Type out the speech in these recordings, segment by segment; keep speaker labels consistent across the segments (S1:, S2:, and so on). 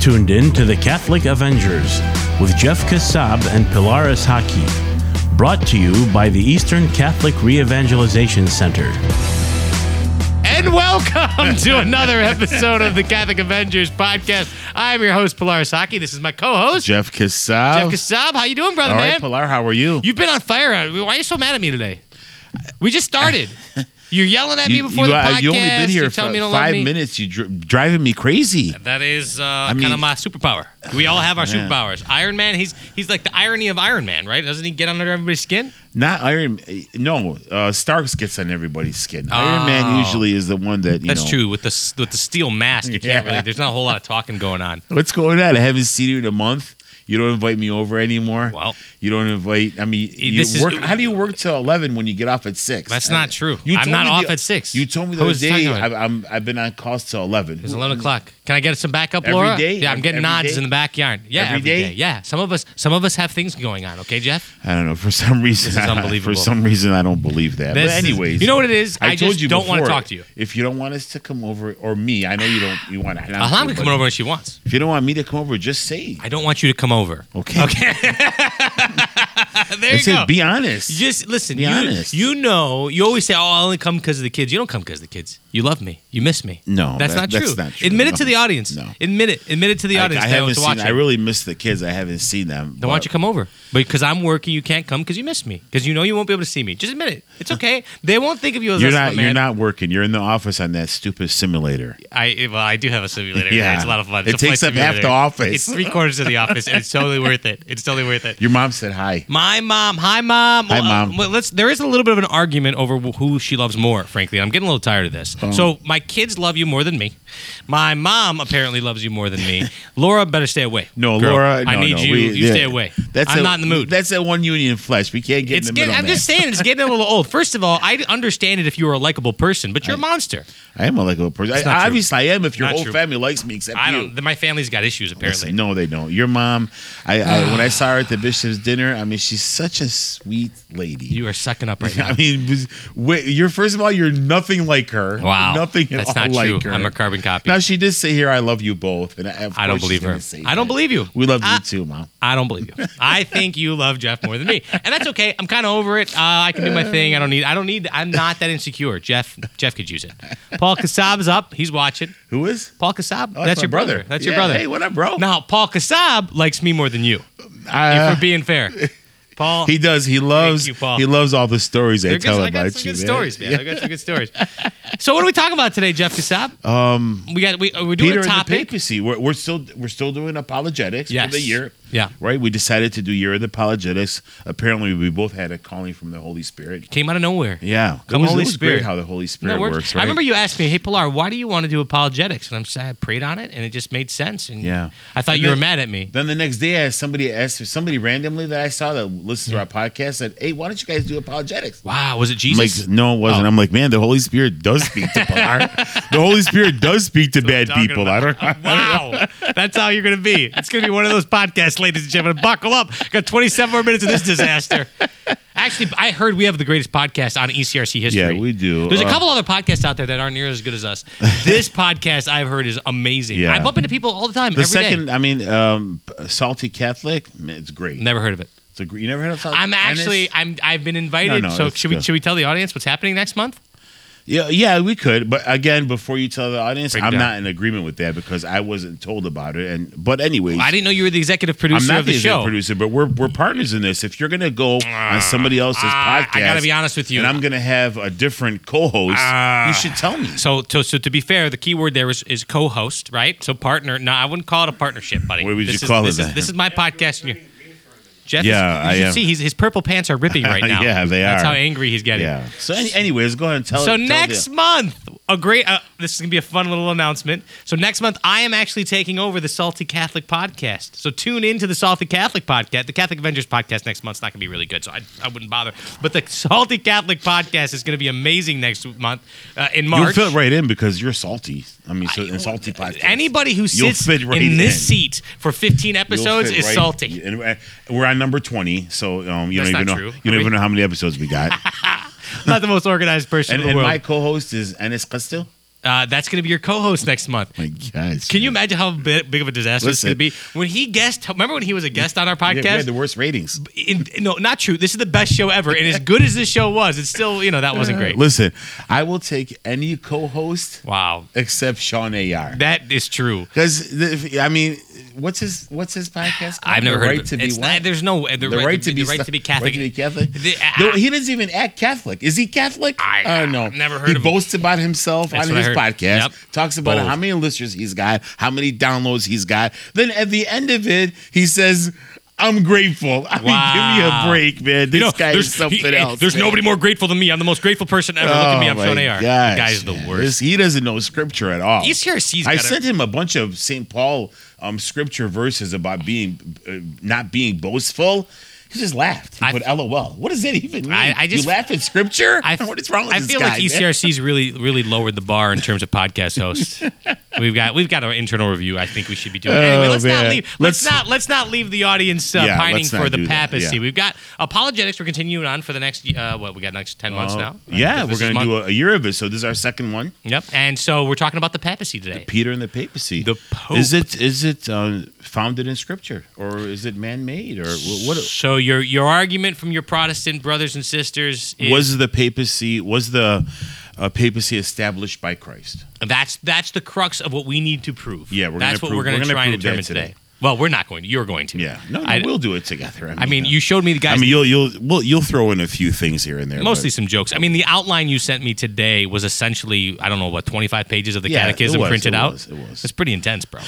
S1: tuned in to The Catholic Avengers with Jeff Kassab and Pilaris Haki, brought to you by the Eastern Catholic Re-Evangelization Center.
S2: And welcome to another episode of the Catholic Avengers podcast. I'm your host, Pilaris Haki. This is my co-host,
S3: Jeff
S2: Jeff
S3: Kassab.
S2: Kassab. How you doing, brother,
S3: All
S2: man?
S3: right, Pilar, how are you?
S2: You've been on fire. Why are you so mad at me today? We just started. You're yelling at me before the podcast.
S3: you only been here
S2: You're
S3: for
S2: telling me to love
S3: five
S2: me.
S3: minutes. You dri- driving me crazy.
S2: That is uh,
S3: mean-
S2: kind of my superpower. We all have our
S3: Man.
S2: superpowers. Iron Man, he's he's like the irony of Iron Man, right? Doesn't he get under everybody's skin?
S3: Not Iron. No, uh, Starks gets on everybody's skin. Iron Man
S2: Oh.
S3: usually is the one that you
S2: That's
S3: know,
S2: true. With the s- with the steel mask, you can't
S3: Yeah.
S2: really. There's not a whole lot of talking going on.
S3: What's going on? I haven't seen you in a month. You don't invite me over anymore.
S2: Well.
S3: you don't invite. I mean, you
S2: this is-
S3: work. how do you work till eleven when you get off at six?
S2: That's not
S3: I-
S2: true.
S3: you
S2: I'm
S3: told
S2: not
S3: me
S2: off
S3: the-
S2: at six.
S3: You told me the
S2: Who
S3: other
S2: is this talking
S3: day.
S2: about?
S3: I, I'm, I've been on calls till eleven.
S2: It's eleven o'clock. Can I get some backup,
S3: Every
S2: Laura?
S3: day?
S2: Yeah, I'm getting
S3: Every
S2: nods
S3: day?
S2: in the backyard. Yeah,
S3: Every
S2: every day?
S3: day?
S2: Yeah, some of us, some of us have things going on. Okay, Jeff.
S3: I don't know. For some reason,
S2: This is unbelievable.
S3: For some reason, I don't believe that.
S2: This
S3: but
S2: is-
S3: anyways,
S2: you know what it is? I just don't wanna
S3: before,
S2: talk to you.
S3: If you don't want us to come over, or me, I know you don't. You want.
S2: Alham can come over when she wants.
S3: If you don't want me to come over, just say.
S2: I don't want you to come over.
S3: Okay. Okay.
S2: there
S3: I
S2: you go.
S3: said, be honest.
S2: just listen.
S3: Be
S2: you,
S3: honest.
S2: you know, you always say, "Oh, I only come because of the kids." You don't come because of the kids. You love me. You miss me.
S3: No,
S2: that's
S3: that-
S2: not
S3: that's
S2: true.
S3: not true.
S2: Admit it
S3: No.
S2: to the audience.
S3: No.
S2: Admit it. Admit it to the
S3: I,
S2: audience.
S3: I
S2: that
S3: haven't
S2: was
S3: seen.
S2: watching.
S3: I really miss the kids. I haven't seen them.
S2: Then why don't
S3: but
S2: you come over? Because I'm working, you can't come because you miss me. Because you know you won't be able to see me. Just admit it. It's okay. They won't think of you as
S3: You're
S2: less of
S3: not.
S2: a man.
S3: You're not working. You're in the office on that stupid simulator.
S2: I well, I do have a simulator.
S3: Yeah.
S2: it's a lot of fun.
S3: It
S2: It's a flight
S3: takes up half the
S2: simulator.
S3: office.
S2: It's three quarters of the office, and it's totally worth it. It's totally worth it.
S3: Your mom said hi.
S2: My mom. Hi, mom.
S3: Hi,
S2: Well, uh,
S3: Mom.
S2: well, let's. There is a little bit of an argument over wh- who she loves more. Frankly, I'm getting a little tired of this.
S3: Oh.
S2: So my kids love you more than me. My mom apparently loves you more than me. Laura, better stay away.
S3: No,
S2: Girl,
S3: Laura.
S2: I
S3: no,
S2: need
S3: no,
S2: you.
S3: we-
S2: you
S3: yeah.
S2: stay away.
S3: That's
S2: I'm
S3: a-
S2: not in the mood.
S3: That's that one union flesh. We can't get
S2: It's
S3: in the
S2: getting,
S3: middle.
S2: I'm
S3: man.
S2: just saying it's getting a little old. First of all, I understand it if you were a likable person, but you're a monster.
S3: I am a likable person.
S2: not
S3: I,
S2: true.
S3: obviously, I am. If your
S2: Not
S3: whole
S2: true.
S3: family likes me, except
S2: I
S3: you.
S2: don't. My family's got issues apparently.
S3: Listen, no, they don't. Your mom, I, I when I saw her at the bishop's dinner, I mean, she's such a sweet lady.
S2: You are sucking up right now.
S3: I mean, was- wait, you're first of all, you're nothing like her.
S2: Wow,
S3: nothing at
S2: That's
S3: all
S2: not
S3: like
S2: true.
S3: her.
S2: I'm a carbon copy.
S3: now she did say here, "I love you both," and I, of
S2: I don't
S3: course she's
S2: believe her.
S3: gonna say
S2: I don't
S3: that.
S2: believe Ah. you.
S3: We love
S2: I-
S3: you too, mom.
S2: I don't believe you. I think you love Jeff more than me, and that's okay. I'm kind of over it. Uh, I can do my thing. I don't need. I don't need. I'm not that insecure. Jeff. Jeff could use it. Paul Kasab's up. He's watching.
S3: Who is?
S2: Paul Kasab.
S3: Oh,
S2: that's
S3: my
S2: your brother. That's your
S3: Yeah,
S2: brother.
S3: Hey, what up, bro?
S2: now Paul Kasab likes me more than you. if
S3: Uh,
S2: we're being fair, Paul.
S3: he does. He loves.
S2: you, Paul.
S3: He loves all the stories they
S2: They're good-
S3: tell
S2: I got
S3: about
S2: some
S3: you.
S2: good
S3: man.
S2: stories, man. I got some good stories. So what are we talking about today, Jeff Kassab? Um, we got we uh, we're doing
S3: Peter
S2: a
S3: and the
S2: topic.
S3: papacy. We're, we're still we're still doing apologetics
S2: Yes.
S3: for the year.
S2: Yeah.
S3: Right. We decided to do year of the apologetics. Apparently, we both had a calling from the Holy Spirit.
S2: Came out of nowhere.
S3: Yeah.
S2: Come
S3: it was,
S2: Holy
S3: it was
S2: Spirit.
S3: Great how the Holy
S2: That
S3: Spirit
S2: worked.
S3: works. Right?
S2: I remember you asked me, "Hey Pilar, why do you want to do apologetics?" And I'm sad. I prayed on it, and it just made sense. And
S3: Yeah.
S2: I thought
S3: And
S2: you were
S3: then-
S2: mad at me.
S3: Then the next day, I had somebody asked for somebody randomly that I saw that listens to our podcast said, "Hey, why don't you guys do apologetics?"
S2: Wow, was it
S3: I'm like,
S2: Jesus?
S3: no, it wasn't.
S2: Oh.
S3: I'm like, man, the Holy Spirit does speak to Pilar. the Holy Spirit does speak to bad
S2: talking
S3: people. I don't.
S2: Wow, that's how you're gonna be. It's gonna be one of those podcasts, ladies and gentlemen. Buckle up. Got 27 more minutes of this disaster. Actually, I heard we have the greatest podcast on E ECRC history.
S3: Yeah, we do.
S2: There's a
S3: Uh,
S2: couple other podcasts out there that aren't near as good as us. This podcast I've heard is amazing.
S3: Yeah.
S2: I bump into people all the time.
S3: The
S2: every day.
S3: second, I mean, um, salty Catholic. It's great.
S2: never heard of it.
S3: It's a, gr- you never heard of salty?
S2: I'm
S3: Ennis?
S2: actually I'm I've been invited.
S3: Oh, No, no,
S2: so
S3: it's
S2: should we
S3: good.
S2: should we tell the audience what's happening next month?
S3: Yeah, yeah, we could, but again, before you tell the audience,
S2: Break it
S3: I'm
S2: down.
S3: not in agreement with that because I wasn't told about it. And but anyways,
S2: I didn't know you were the executive
S3: I'm
S2: producer
S3: not
S2: of the,
S3: executive
S2: show. Uh,
S3: producer, but we're we're partners in this. If you're gonna go on somebody else's
S2: I-
S3: podcast,
S2: I gotta be honest with you. Uh,
S3: and I'm gonna have a different co-host, you should tell me.
S2: So, so, so to be fair, the key word there is, is co-host, right? So partner. No, I wouldn't call it a partnership, buddy.
S3: What would
S2: This is-
S3: you call it
S2: this is-
S3: then?
S2: this is my podcast. And you Jeff, is-
S3: Yeah,
S2: you
S3: I
S2: should
S3: am.
S2: see he's, his purple pants are ripping right now.
S3: Yeah, they
S2: That's
S3: are.
S2: how angry he's getting.
S3: Yeah. So, any, anyways, go ahead and tell.
S2: So
S3: tell the-
S2: next month, a great. Uh, this is gonna be a fun little announcement. So next month, I am actually taking over the Salty Catholic podcast. So tune in to the Salty Catholic podcast. The Catholic Avengers podcast next month's not gonna be really good, so I, I wouldn't bother. But the Salty Catholic podcast is gonna be amazing next month uh, in
S3: you'll
S2: March.
S3: fit right in because you're salty. I mean, so, and salty podcast.
S2: Anybody who
S3: You'll
S2: sits
S3: fit right
S2: in this
S3: in.
S2: seat for 15
S3: You'll
S2: episodes
S3: fit
S2: is
S3: right-
S2: salty.
S3: And we're- we're on number twenty, so um, you
S2: That's
S3: don't
S2: not
S3: even know.
S2: true.
S3: You
S2: Are
S3: don't
S2: we-
S3: even know how many episodes we got.
S2: Not the most organized person
S3: and
S2: in the
S3: and
S2: world.
S3: my co-host is Ennis Castillo.
S2: Uh, that's going to be your co-host next month.
S3: My gosh.
S2: Can you imagine how bi- big of a disaster this is
S3: Listen.
S2: going to be? When he guest, remember when he was a guest on our
S3: We had- we
S2: podcast?
S3: had the worst ratings.
S2: in, no, not true. This is the best show ever, and as good as this show was, it's still you know that wasn't great.
S3: Uh, Listen, I will take any co-host
S2: Wow,
S3: except Sean A.R.
S2: that is true.
S3: Because I mean, what's his what's his podcast? Called?
S2: I've never
S3: the
S2: heard
S3: right
S2: of it.
S3: to be
S2: It's
S3: what?
S2: not- there's no uh, the,
S3: the right, to be
S2: the right
S3: stu-
S2: to be Catholic.
S3: right to be Catholic.
S2: The-
S3: no,
S2: I-
S3: he doesn't even act Catholic. Is he Catholic?
S2: I-
S3: don't know.
S2: I've never heard
S3: He
S2: of him.
S3: boasts about himself
S2: That's
S3: on
S2: what I
S3: his
S2: heard.
S3: podcast.
S2: Yep.
S3: Talks about
S2: Bold.
S3: how many listeners he's got, how many downloads he's got. Then at the end of it, he says. I'm grateful. I
S2: Wow.
S3: mean, give me a break, man. This
S2: You know,
S3: guy
S2: there's-
S3: is something
S2: he-
S3: else.
S2: There's
S3: man.
S2: nobody more grateful than me. I'm the most grateful person ever. Look at me, I'm Sean AR.
S3: Oh Gosh,
S2: Guy's the
S3: man.
S2: worst.
S3: This- he doesn't know scripture at all.
S2: He's here. He's
S3: I
S2: gotta-
S3: sent him a bunch of St. Paul um, scripture verses about being uh, not being boastful. He just laughed. He
S2: I-
S3: put LOL. What does that even mean?
S2: I- I just-
S3: you laugh at scripture?
S2: I-
S3: what is wrong with
S2: I
S3: this
S2: feel
S3: guy?
S2: like E
S3: man?
S2: ECRC's really, really lowered the bar in terms of podcast hosts. we've got, we've got an internal review. I think we should be doing. anyway,
S3: Oh,
S2: let's not
S3: man.
S2: leave. Let's,
S3: Let's-
S2: not, let's not leave the audience uh,
S3: Yeah,
S2: pining
S3: let's not
S2: for the
S3: do that,
S2: papacy.
S3: yeah.
S2: We've got apologetics. We're continuing on for the next, uh, what we got next ten months now.
S3: Oh.
S2: This
S3: Yeah, we're
S2: is
S3: going to
S2: month-
S3: do a, a year of it. So this is our second one.
S2: Yep. And so we're talking about the papacy today.
S3: Peter and the papacy.
S2: The Pope.
S3: Is it is it uh, founded in scripture or is it man made or wh- what?
S2: So your your argument from your Protestant brothers and sisters is
S3: was the papacy was the uh, papacy established by Christ?
S2: That's that's the crux of what we need to prove.
S3: Yeah, we're
S2: that's
S3: gonna
S2: what
S3: prove-
S2: we're going
S3: we're
S2: to
S3: gonna
S2: try and
S3: prove that
S2: determine today.
S3: today.
S2: Well, we're not going to. You're going to.
S3: Yeah, no, no
S2: I,
S3: we'll do it together.
S2: I mean,
S3: yeah.
S2: you showed me the guys.
S3: I mean, you'll you'll we'll, you'll throw in a few things here and there.
S2: mostly
S3: but-
S2: some jokes. I mean, the outline you sent me today was essentially I don't know what 25 pages of the
S3: Yeah, it
S2: Catechism
S3: was,
S2: printed
S3: it
S2: out.
S3: was, it was.
S2: It's pretty intense, bro.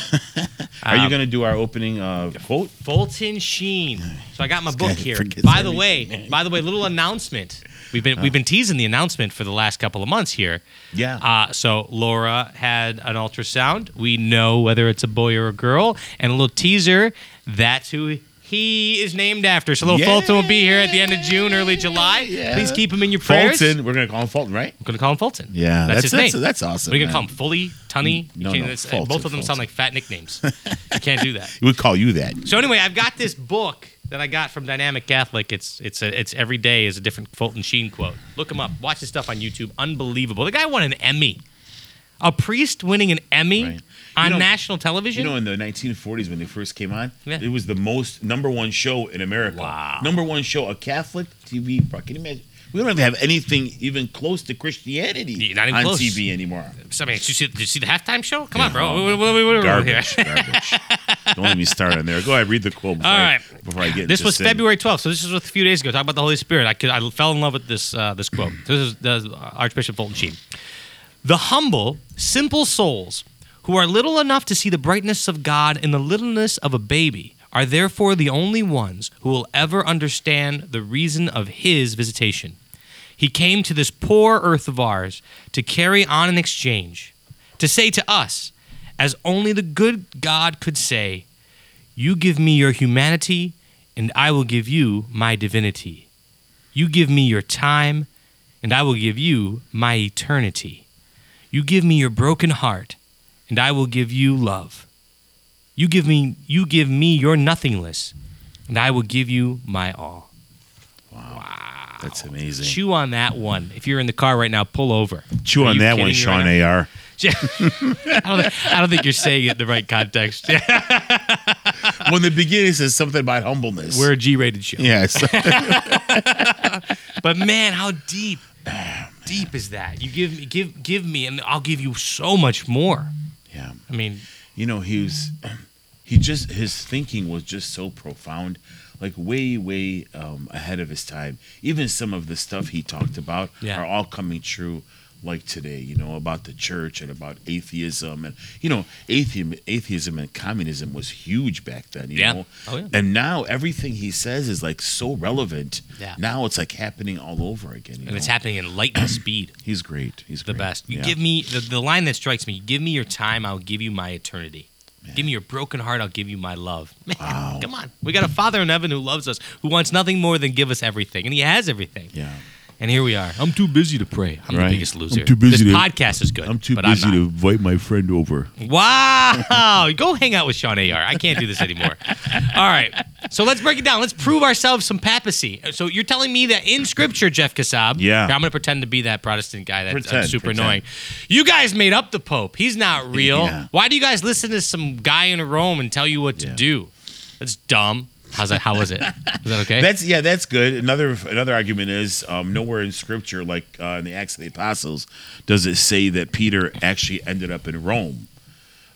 S3: are you going to do our opening uh, quote?
S2: Fulton Sheen. So I got my book
S3: guy
S2: here.
S3: forgets
S2: By the
S3: everything,
S2: way, by the way, little announcement. We've been we've been teasing the announcement for the last couple of months here.
S3: Yeah.
S2: Uh, so Laura had an ultrasound. We know whether it's a boy or a girl, and a little teaser. That's who. He is named after. So little
S3: Yay!
S2: Fulton will be here at the end of June, early July.
S3: Yeah.
S2: Please keep him in your prayers.
S3: Fulton. We're going to call him Fulton, right?
S2: I'm gonna call him Fulton.
S3: Yeah,
S2: that's,
S3: that's-
S2: his
S3: that's-
S2: name.
S3: that's awesome,
S2: We're gonna
S3: man.
S2: call him Fully Tunny. You
S3: No,
S2: can't-
S3: no,
S2: that's-
S3: Fulton,
S2: both of them sound
S3: Fulton.
S2: like fat nicknames. you can't do that.
S3: We would call you that.
S2: So anyway, I've got this book that I got from Dynamic Catholic. It's it's a, it's every day is a different Fulton Sheen quote. Look him up. Watch his stuff on YouTube. Unbelievable. The guy won an Emmy. A priest winning an Emmy
S3: Right. You
S2: on
S3: know-
S2: national television.
S3: You know, in the 1940s when they first came on,
S2: Yeah.
S3: it was the most number one show in America.
S2: Wow.
S3: Number one show, a Catholic TV. pro- Can you imagine? We don't even have anything even close to Christianity
S2: Yeah, not even
S3: on
S2: close. Oh,
S3: TV anymore.
S2: So, I mean, did you, see, did you see the halftime show? Come on, bro. What- what- what- what- what-
S3: Garbage. garbage. Don't let me start on there. Go ahead, read the quote before,
S2: All
S3: I,
S2: right.
S3: before I get
S2: This
S3: into
S2: was
S3: sin.
S2: February 12th, so this was a few days ago. Talk about the Holy Spirit. I, could, I fell in love with this uh, this quote.
S3: Hmm.
S2: This is the Archbishop Fulton Sheen. The humble, simple souls who are little enough to see the brightness of God in the littleness of a baby are therefore the only ones who will ever understand the reason of His visitation. He came to this poor earth of ours to carry on an exchange, to say to us, as only the good God could say, you give me your humanity, and I will give you my divinity. You give me your time, and I will give you my eternity. You give me your broken heart, and I will give you love. You give me you give me your nothingness, and I will give you my all.
S3: That's amazing. Chew,
S2: Chew on that one. If you're in the car right now, pull over. Are
S3: on
S2: you kidding
S3: that
S2: me
S3: one,
S2: right
S3: Sean
S2: now?
S3: A.R.
S2: I, don't, I don't think you're saying it in the right context.
S3: Well, in the beginning, it says something about humbleness.
S2: We're a G-rated show.
S3: Yes.
S2: But man, how deep, deep is that? You give me, give, give me, and I'll give you so much more.
S3: yeah.
S2: I mean,
S3: You know, he was, he just, his thinking was just so profound, like way, way um, ahead of his time. Even some of the stuff he talked about
S2: Yeah.
S3: are all coming true, like today, you know, about the church and about atheism. And, you know, atheism, atheism and communism was huge back then, you
S2: Yeah.
S3: know?
S2: Oh, yeah.
S3: And now everything he says is like so relevant.
S2: Yeah.
S3: Now it's like happening all over again. You
S2: and it's
S3: know?
S2: happening in lightning speed.
S3: He's great. He's
S2: The
S3: great.
S2: best. You
S3: Yeah.
S2: give me the, the line that strikes me. You give me your time, I'll give you my eternity. Give me your broken heart, I'll give you my love. Man,
S3: Wow.
S2: come on. We got a Father in heaven who loves us, who wants nothing more than give us everything, and He has everything.
S3: Yeah.
S2: And here we are. I'm too busy to pray. I'm
S3: Right.
S2: the biggest loser.
S3: too busy
S2: This
S3: to-
S2: podcast is good.
S3: I'm too
S2: but
S3: busy
S2: I'm
S3: to
S2: not.
S3: invite my friend over.
S2: Wow. Go hang out with Sean AR. I can't do this anymore. All right. So let's break it down. Let's prove ourselves some papacy. So you're telling me that in scripture, Jeff Kassab.
S3: Yeah.
S2: I'm going to pretend to be that Protestant guy that's uh,
S3: Pretend,
S2: super
S3: pretend.
S2: annoying. You guys made up the Pope. He's not real.
S3: Yeah.
S2: Why do you guys listen to some guy in Rome and tell you what to
S3: Yeah.
S2: do? That's dumb. How's that? How was it? Is that okay?
S3: That's yeah, that's good. Another another argument is um, nowhere in Scripture, like uh, in the Acts of the Apostles, does it say that Peter actually ended up in Rome.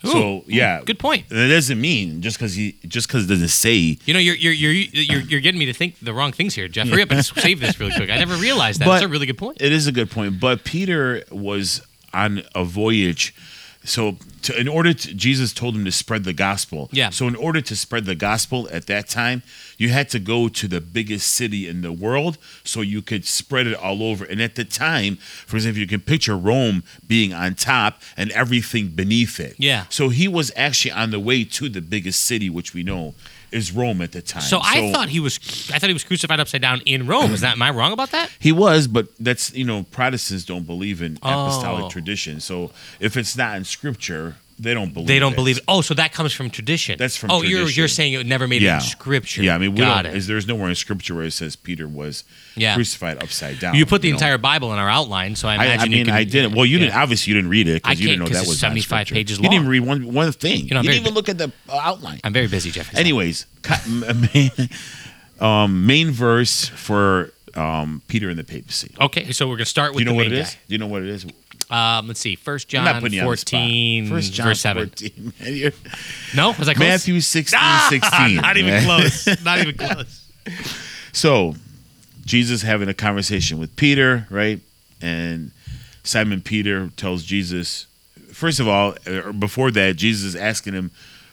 S2: Ooh,
S3: so yeah,
S2: good point.
S3: That doesn't mean just because he just because it doesn't say.
S2: You know, you're you're you're you're, you're getting me to think the wrong things here, Jeff. Hurry up and save this really quick. I never realized that.
S3: But-
S2: That's a really good point.
S3: It is a good point, but Peter was on a voyage. So, to, in order to, Jesus told him to spread the gospel.
S2: Yeah.
S3: So, in order to spread the gospel at that time, you had to go to the biggest city in the world so you could spread it all over. And at the time, for example, you can picture Rome being on top and everything beneath it.
S2: Yeah.
S3: So, he was actually on the way to the biggest city, which we know is Rome at the time.
S2: So I thought he was I thought he was crucified upside down in Rome. Is that am I wrong about that?
S3: He was, but that's you know Protestants don't believe in
S2: Oh.
S3: apostolic tradition. So if it's not in Scripture, they don't believe.
S2: They don't
S3: it.
S2: believe. Oh, so that comes from tradition.
S3: That's from
S2: Oh, you're
S3: tradition.
S2: you're saying it never made it
S3: Yeah.
S2: in scripture.
S3: Yeah, I mean, we
S2: got
S3: don't,
S2: it.
S3: is- there's nowhere in Scripture where it says Peter was
S2: Yeah.
S3: crucified upside down.
S2: You put the
S3: know?
S2: entire Bible in our outline, so I
S3: I,
S2: imagine
S3: I
S2: you
S3: mean,
S2: can-
S3: I didn't. Well, you
S2: yeah.
S3: didn't. Obviously, you didn't read it
S2: I
S3: because you didn't know
S2: can't 'cause
S3: that
S2: it's
S3: was
S2: 75
S3: 75
S2: pages
S3: You
S2: long.
S3: didn't read one one thing.
S2: know, I'm
S3: you
S2: very
S3: didn't even look at the uh, outline.
S2: I'm very busy, Jeff.
S3: Anyways, cut- m- main, um, main verse for um, Peter and the papacy.
S2: Okay, so we're gonna start with
S3: Do you know
S2: the
S3: what it
S2: main
S3: is? Do you know what it is?
S2: guy. Um, let's see. First
S3: I'm
S2: John
S3: not putting you on the spot.
S2: 14,
S3: First John
S2: verse 7.
S3: 14. man, you're-
S2: No, was I close?
S3: Matthew 16, 16.
S2: Not even
S3: man.
S2: close. Not even close.
S3: So, Jesus having a conversation with Peter, right? And Simon Peter tells Jesus, first of all, or before that, Jesus is asking him,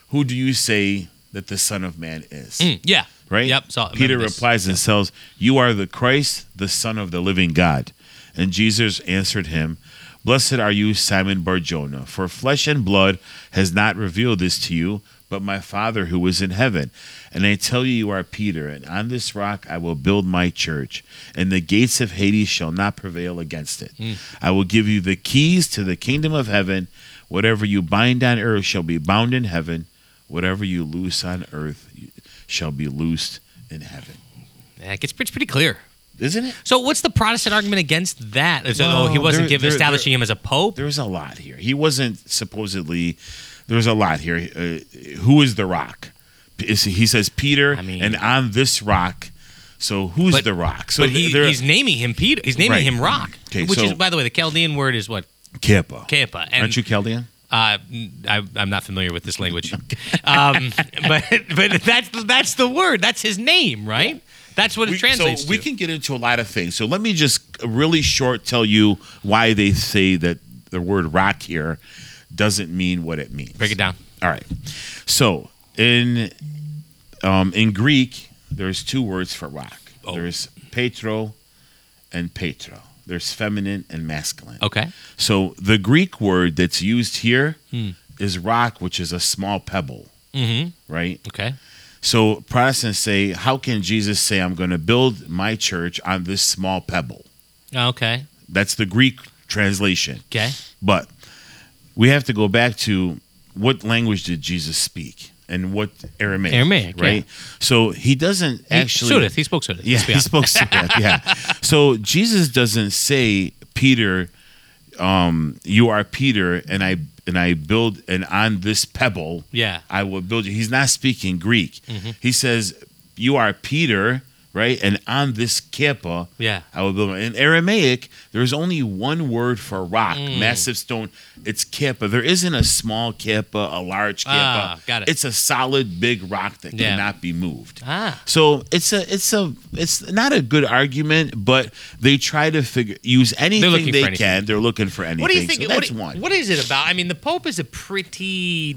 S3: Who do you say that the Son of Man is?
S2: Mm, yeah.
S3: Right?
S2: Yep. So I remember
S3: Peter
S2: this.
S3: replies and says, You are the Christ, the Son of the living God. And Jesus answered him, Blessed are you, Simon Barjona, for flesh and blood has not revealed this to you, but my Father who is in heaven. And I tell you, you are Peter, and on this rock I will build my church, and the gates of Hades shall not prevail against it. I will give you the keys to the kingdom of heaven. Whatever you bind on earth shall be bound in heaven, whatever you loose on earth shall be loosed in heaven.
S2: Yeah, it gets it's pretty clear.
S3: Isn't it?
S2: So what's the Protestant argument against that? Is that, oh,
S3: Well,
S2: he wasn't
S3: there-
S2: given
S3: there-
S2: establishing him as a pope.
S3: There's a lot here. He wasn't supposedly. There's a lot here. Uh, who is the rock? P- is- He says Peter,
S2: I mean-
S3: and on this rock. So who's
S2: But-
S3: the rock? So
S2: but he,
S3: there-
S2: he's naming him Peter. He's naming
S3: Right.
S2: him Rock,
S3: Okay,
S2: which
S3: so-
S2: is, by the way, the Chaldean word is what
S3: Kappa.
S2: Kepa. And
S3: Aren't you Chaldean?
S2: Uh, I, I'm not familiar with this language, um, but but that's that's the word. That's his name, right? That's what it
S3: We-
S2: translates
S3: so we
S2: to.
S3: can get into a lot of things. So let me just really short tell you why they say that the word rock here doesn't mean what it means.
S2: Break it down.
S3: All right. So in um, in Greek, there's two words for rock.
S2: Oh.
S3: There's petro and petro. There's feminine and masculine.
S2: Okay.
S3: So the Greek word that's used here is
S2: Hmm.
S3: rock, which is a small pebble,
S2: Mm-hmm.
S3: right?
S2: Okay.
S3: So Protestants say, how can Jesus say, I'm going to build my church on this small pebble?
S2: Okay.
S3: That's the Greek translation.
S2: Okay.
S3: But we have to go back to what language did Jesus speak and what Aramaic,
S2: Aramaic,
S3: right? So he doesn't actually.
S2: he, Sudith, he spoke Sudith.
S3: yeah,
S2: Let's be
S3: he
S2: honest.
S3: spoke Sudith. Yeah. So Jesus doesn't say, Peter, um, you are Peter, and I and I build and on this pebble,
S2: yeah. Mm-hmm.
S3: I will build you. He's not speaking Greek. He says, you are Peter, right? And on this kappa,
S2: Yeah.
S3: I will build. my- In Aramaic, there's only one word for rock,
S2: Mm.
S3: massive stone. It's kippa. There isn't a small kippa, a large kippa.
S2: Ah, got it.
S3: It's a solid big rock that
S2: Yeah.
S3: cannot be moved.
S2: Ah.
S3: So it's a it's a it's not a good argument, but they try to figure use
S2: looking
S3: anything
S2: for
S3: they
S2: anything.
S3: can. They're looking for anything.
S2: What do you think?
S3: So
S2: what
S3: that's
S2: do-
S3: one.
S2: what is it about? I mean, the Pope is a pretty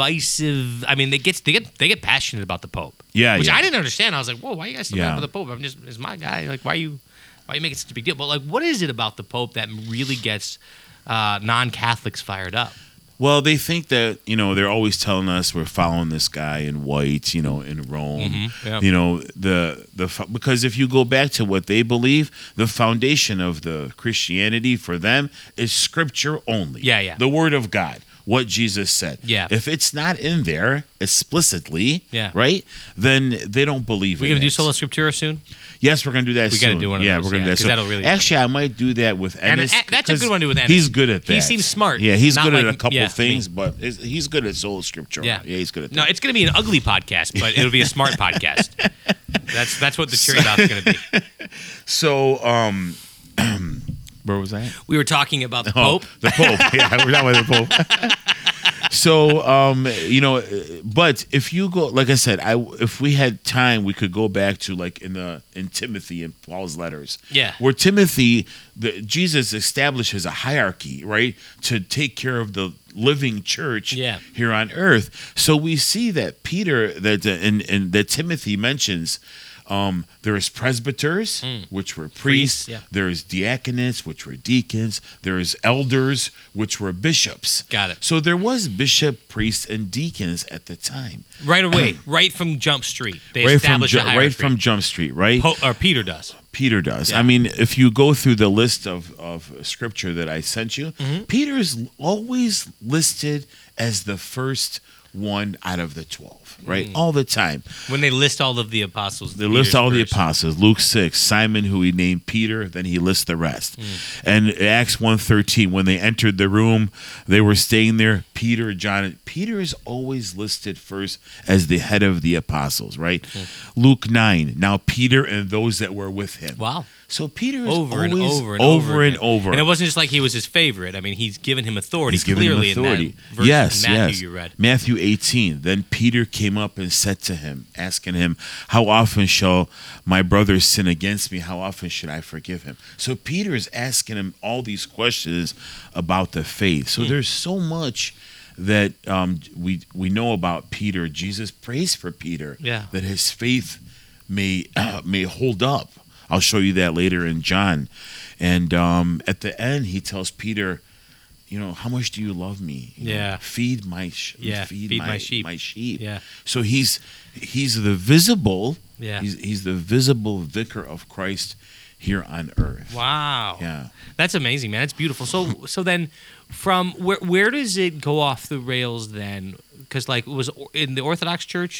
S2: divisive. I mean, they get they get they get passionate about the Pope.
S3: Yeah,
S2: which
S3: yeah.
S2: I didn't understand. I was like, whoa, why are you guys so mad
S3: Yeah.
S2: about the Pope? I'm just it's my guy. Like, why are you why are you making such a big deal? But like, what is it about the Pope that really gets uh, non Catholics fired up?
S3: Well, they think that you know they're always telling us we're following this guy in white, you know, in Rome,
S2: Mm-hmm. yeah.
S3: you know the the fo- because if you go back to what they believe, the foundation of the Christianity for them is Scripture only.
S2: Yeah, yeah.
S3: The Word of God, what Jesus said.
S2: Yeah.
S3: If it's not in there explicitly,
S2: Yeah.
S3: right, then they don't believe.
S2: We're
S3: in
S2: gonna do
S3: it.
S2: Sola Scriptura soon.
S3: Yes, we're gonna do that.
S2: We gotta
S3: soon.
S2: do one of
S3: Yeah,
S2: those,
S3: we're gonna
S2: yeah,
S3: do
S2: 'cause
S3: that.
S2: that'll really-
S3: Actually, I might do that with Ennis.
S2: eh, that's a
S3: because
S2: good one to do with Ennis.
S3: He's good at that.
S2: He seems smart,
S3: Yeah, he's
S2: not
S3: good at
S2: like-
S3: a couple
S2: yeah,
S3: things, but is- he's good at soul scripture.
S2: Yeah.
S3: yeah, he's good at that.
S2: No, it's gonna be an ugly podcast, but it'll be a smart podcast. That's that's what the cherry drop's gonna be.
S3: so, um, where was I? at?
S2: We were talking about the
S3: Oh,
S2: Pope.
S3: The Pope. Yeah, we're not with the Pope. so, um, you know, but if you go, like I said, I if we had time, we could go back to like in the in Timothy and Paul's letters.
S2: Yeah.
S3: where Timothy, the, Jesus establishes a hierarchy, right, to take care of the living church
S2: Yeah.
S3: here on earth. So we see that Peter that uh, and and that Timothy mentions. Um, there is presbyters, which were priests.
S2: Hmm. Priests, yeah.
S3: There is diaconates, which were deacons. There is elders, which were bishops.
S2: Got it.
S3: So there was bishop, priests, and deacons at the time.
S2: Right away, right from Jump Street, they
S3: right from
S2: established
S3: Ju-
S2: a hierarchy.
S3: right from Jump Street, right?
S2: Pope, or Peter does.
S3: Peter does.
S2: Yeah.
S3: I mean, if you go through the list of, of scripture that I sent you,
S2: Mm-hmm.
S3: Peter is always listed as the first one out of the 12, right? All the time.
S2: When they list all of the apostles,
S3: They list
S2: Mm. Peter's
S3: all the
S2: first.
S3: apostles. Luke six, Simon, who he named Peter, then he lists the rest.
S2: Mm.
S3: And Acts 1.13, when they entered the room, they were staying there. Peter, John. Peter is always listed first as the head of the apostles, right? Luke nine. Now Peter and those that were with him.
S2: Mm. Wow.
S3: So Peter is
S2: Over and
S3: always
S2: over and over,
S3: and
S2: again.
S3: over.
S2: And it wasn't just like he was his favorite. I mean, he's given him authority
S3: He's given
S2: clearly
S3: him authority.
S2: in that verse
S3: yes,
S2: in Matthew
S3: yes.
S2: you read.
S3: Matthew 18. Then Peter came up and said to him, asking him, How often shall my brother sin against me? How often should I forgive him? So Peter is asking him all these questions about the faith. So
S2: Hmm.
S3: there's so much that um, we we know about Peter. Jesus prays for Peter
S2: Yeah.
S3: that his faith may may hold up. I'll show you that later in John. And um, at the end, he tells Peter, you know, how much do you love me? You know,
S2: Yeah.
S3: feed my sh-
S2: Yeah, feed my sheep.
S3: My sheep.
S2: Yeah.
S3: So he's he's the visible.
S2: Yeah.
S3: He's, he's the visible vicar of Christ here on earth.
S2: Wow.
S3: Yeah.
S2: That's amazing, man. That's beautiful. So so then from where where does it go off the rails then? Cuz like it was or- in the Orthodox Church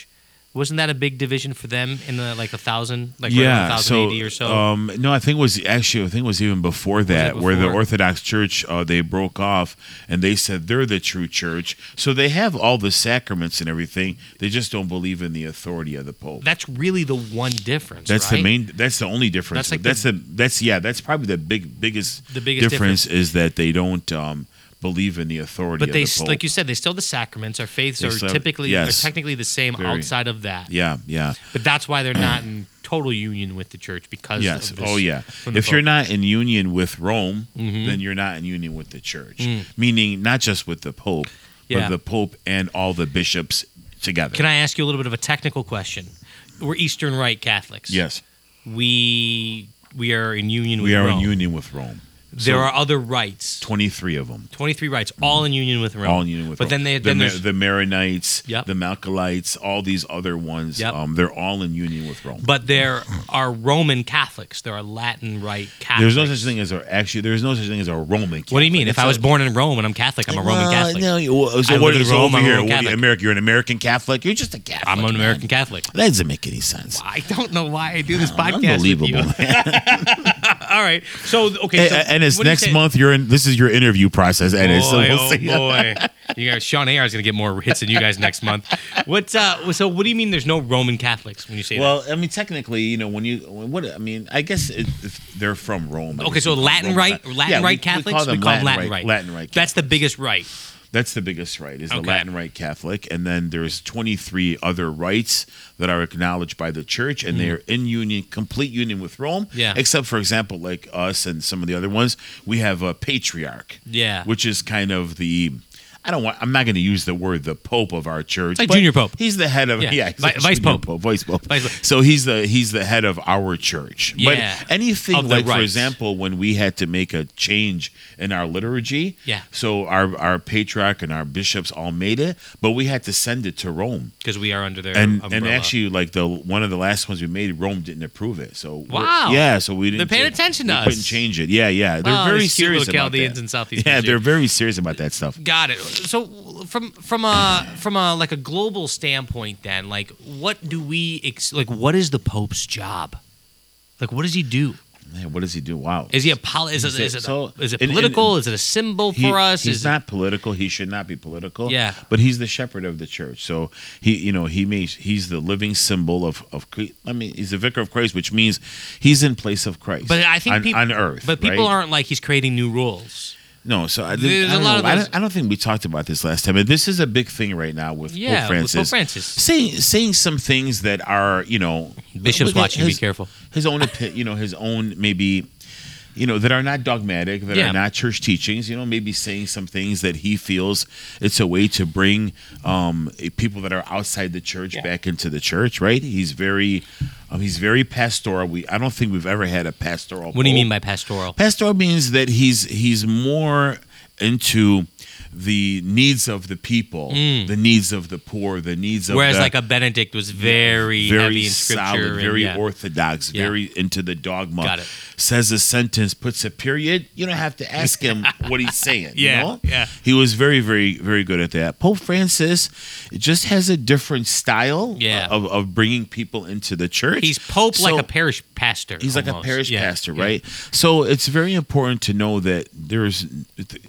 S2: wasn't that a big division for them in the like a thousand, like right around 1000
S3: yeah, so
S2: AD or so?
S3: um, no, I think it was actually I think it was even before that, where the
S2: before?
S3: Orthodox Church uh, they broke off and they said they're the true church. So they have all the sacraments and everything. They just don't believe in the authority of the Pope.
S2: that's really the one difference.
S3: That's the
S2: right?
S3: main. That's the only difference.
S2: That's like
S3: that's
S2: the-
S3: the, that's yeah. That's probably the big biggest
S2: The biggest
S3: difference, is that they don't um, believe in the authority.
S2: But
S3: of
S2: they,
S3: the
S2: s-
S3: Pope.
S2: like you said, they still the sacraments. Our faiths
S3: They
S2: are
S3: still-
S2: typically,
S3: yes.
S2: are technically the same
S3: Very.
S2: outside of that.
S3: yeah, yeah,
S2: But that's why they're not in total union with the church because
S3: yes.
S2: of this
S3: Oh yeah.
S2: from the
S3: If you're
S2: Pope. Mm-hmm.
S3: not in union with Rome, then you're not in union with the church. Meaning not just with the Pope,
S2: Mm. Yeah.
S3: but the Pope and all the bishops together.
S2: Can I ask you a little bit of a technical question? We're Eastern Rite Catholics.
S3: Yes,
S2: We we are in union with
S3: we are
S2: Rome.
S3: in union with Rome.
S2: There are other rites.
S3: Twenty-three of them.
S2: 23 rites, all in union with Rome.
S3: all in union with
S2: But
S3: Rome.
S2: then they
S3: the,
S2: then
S3: Ma-
S2: there's
S3: the Maronites,
S2: Yep.
S3: the Malkalites, all these other ones.
S2: Yep.
S3: Um, they're all in union with Rome.
S2: but there are Roman Catholics. There are Latin Rite Catholics.
S3: there's no such thing as a actually. There's no such thing as a Roman. Catholic.
S2: What do you mean? If
S3: I
S2: I was born in Rome and I'm Catholic, I'm a Roman Catholic.
S3: no. you- well, so
S2: I
S3: what
S2: live in
S3: is
S2: Rome,
S3: over
S2: I'm a
S3: here?
S2: Roman
S3: What are you-
S2: Catholic.
S3: America, you're an American Catholic. You're just a Catholic.
S2: I'm an
S3: man.
S2: American Catholic.
S3: That doesn't make any sense.
S2: I don't know why I do this podcast. with you.
S3: Unbelievable.
S2: all right. So okay. So
S3: And- and it's
S2: what do you
S3: next
S2: say-
S3: month. You're in. This is your interview process, and it's so
S2: Boy,
S3: we'll
S2: oh
S3: see.
S2: boy. You guys, Sean AR is going to get more hits than you guys next month. What's uh? So what do you mean? There's no Roman Catholics when you say
S3: Well, I mean, technically, you know, when you when, what I mean, I guess it, if they're from Rome. I
S2: that? Okay,
S3: guess
S2: so
S3: we call
S2: Latin
S3: them
S2: right,
S3: Roman-
S2: Latin
S3: Yeah, we-
S2: right
S3: we call
S2: Catholics,
S3: them
S2: we call them Latin right.
S3: Latin right.
S2: That's the biggest right.
S3: That's the biggest right is the
S2: Okay.
S3: Latin Rite Catholic, and then there's 23 other rites that are acknowledged by the Church, and they're in union, complete union with Rome.
S2: Mm. Yeah.
S3: Except for example, like us and some of the other ones, we have a patriarch.
S2: Yeah.
S3: Which is kind of the I don't want. I'm not going to use the word the Pope of our church.
S2: like
S3: but
S2: junior pope.
S3: He's the head of
S2: Yeah.
S3: yeah, he's
S2: Vi-
S3: the
S2: vice
S3: junior
S2: pope.
S3: Vice pope.
S2: Vice pope.
S3: So he's the he's the head of our church.
S2: Yeah.
S3: But anything
S2: Of the
S3: like, for
S2: rites.
S3: example, when we had to make a change in our liturgy.
S2: Yeah.
S3: So our our patriarch and our bishops all made it, but we had to send it to Rome.
S2: because we are under their
S3: And
S2: umbrella.
S3: and actually, like the one of the last ones we made, Rome didn't approve it. So we're-
S2: Wow.
S3: yeah. So we
S2: They're
S3: didn't.
S2: paying
S3: we
S2: attention to us.
S3: Couldn't change it. Yeah, yeah. They're
S2: Wow,
S3: very
S2: these cute
S3: serious
S2: little
S3: about
S2: Chaldeans
S3: that.
S2: in Southeast
S3: Yeah,
S2: Asia.
S3: they're very serious about that stuff.
S2: Got it. So from from a from a like a global standpoint, then like what do we ex- like? What is the Pope's job? Like what does he do?
S3: Man, what does he do? Wow.
S2: Is he a poli- is, it,
S3: He's a-
S2: is, it,
S3: so-
S2: is it
S3: and- and-
S2: political? is it a symbol
S3: He-
S2: for us?
S3: He's
S2: Is
S3: not political. He should not be political.
S2: Yeah.
S3: But he's the shepherd of the church. So he, you know, he may he's the living symbol of of. Cre- I mean, he's the vicar of Christ, which means he's in place of Christ.
S2: But I think
S3: on,
S2: people
S3: on earth,
S2: But people
S3: right?
S2: aren't like he's creating new rules.
S3: No, so I,
S2: There's
S3: didn't, I
S2: a
S3: don't
S2: lot
S3: know.
S2: of
S3: I,
S2: those-
S3: don't, I don't think we talked about this last time. But this is a big thing right now with
S2: Yeah,
S3: Pope
S2: with
S3: Francis.
S2: Pope Francis.
S3: saying saying some things that are you know
S2: Bishop's
S3: look at
S2: watching. Be
S3: his-
S2: careful.
S3: His own opinion, you know, his own maybe. You know that are not dogmatic, that
S2: Yeah.
S3: are not church teachings. You know, maybe saying some things that he feels it's a way to bring um, people that are outside the church
S2: Yeah.
S3: back into the church. Right? He's very, um, he's very pastoral. We I don't think we've ever had a pastoral.
S2: What do you
S3: pope.
S2: mean by pastoral?
S3: Pastoral means that he's he's more into the needs of the people, the needs of the poor, the needs of
S2: Hmm. Whereas
S3: the
S2: like a Benedict was very, heavy
S3: very
S2: in scripture,
S3: solid,
S2: and,
S3: very
S2: yeah.
S3: orthodox,
S2: Yeah.
S3: very into the dogma.
S2: Got it.
S3: Says a sentence, puts a period. You don't have to ask him what he's saying.
S2: Yeah,
S3: you know?
S2: yeah.
S3: He was very, very, very good at that. Pope Francis just has a different style
S2: Yeah.
S3: of, of bringing people into the church.
S2: he's pope
S3: So-
S2: like a parish pastor.
S3: He's like a
S2: almost.
S3: parish
S2: Yeah,
S3: pastor,
S2: yeah.
S3: right? So it's very important to know that there's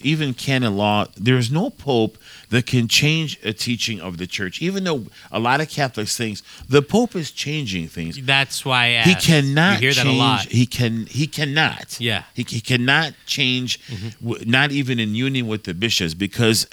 S3: even canon law. There's no pope that can change a teaching of the church. Even though a lot of Catholics think the pope is changing things,
S2: That's why I
S3: he
S2: asked.
S3: cannot
S2: You hear that
S3: change,
S2: a lot.
S3: He can. He cannot.
S2: Yeah. Mm-hmm.
S3: He, he cannot change. w- Not even in union with the bishops, because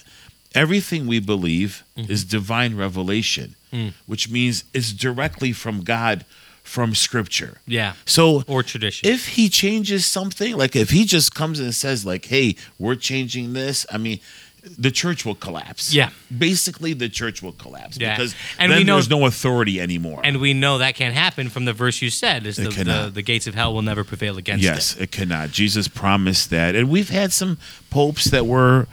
S3: everything we believe
S2: Mm-hmm.
S3: is divine revelation,
S2: Mm.
S3: which means it's directly from God, from Scripture.
S2: Yeah.
S3: So
S2: Or tradition.
S3: if he changes something, like if he just comes and says, like, hey, we're changing this, I mean, the church will collapse.
S2: Yeah.
S3: Basically, the church will collapse
S2: Yeah.
S3: because
S2: And
S3: and then
S2: we know-
S3: there's no authority anymore.
S2: and we know that can't happen from the verse you said is the, the,
S3: cannot.
S2: the gates of hell will never prevail against
S3: yes, it cannot. Jesus promised that. And we've had some popes that were,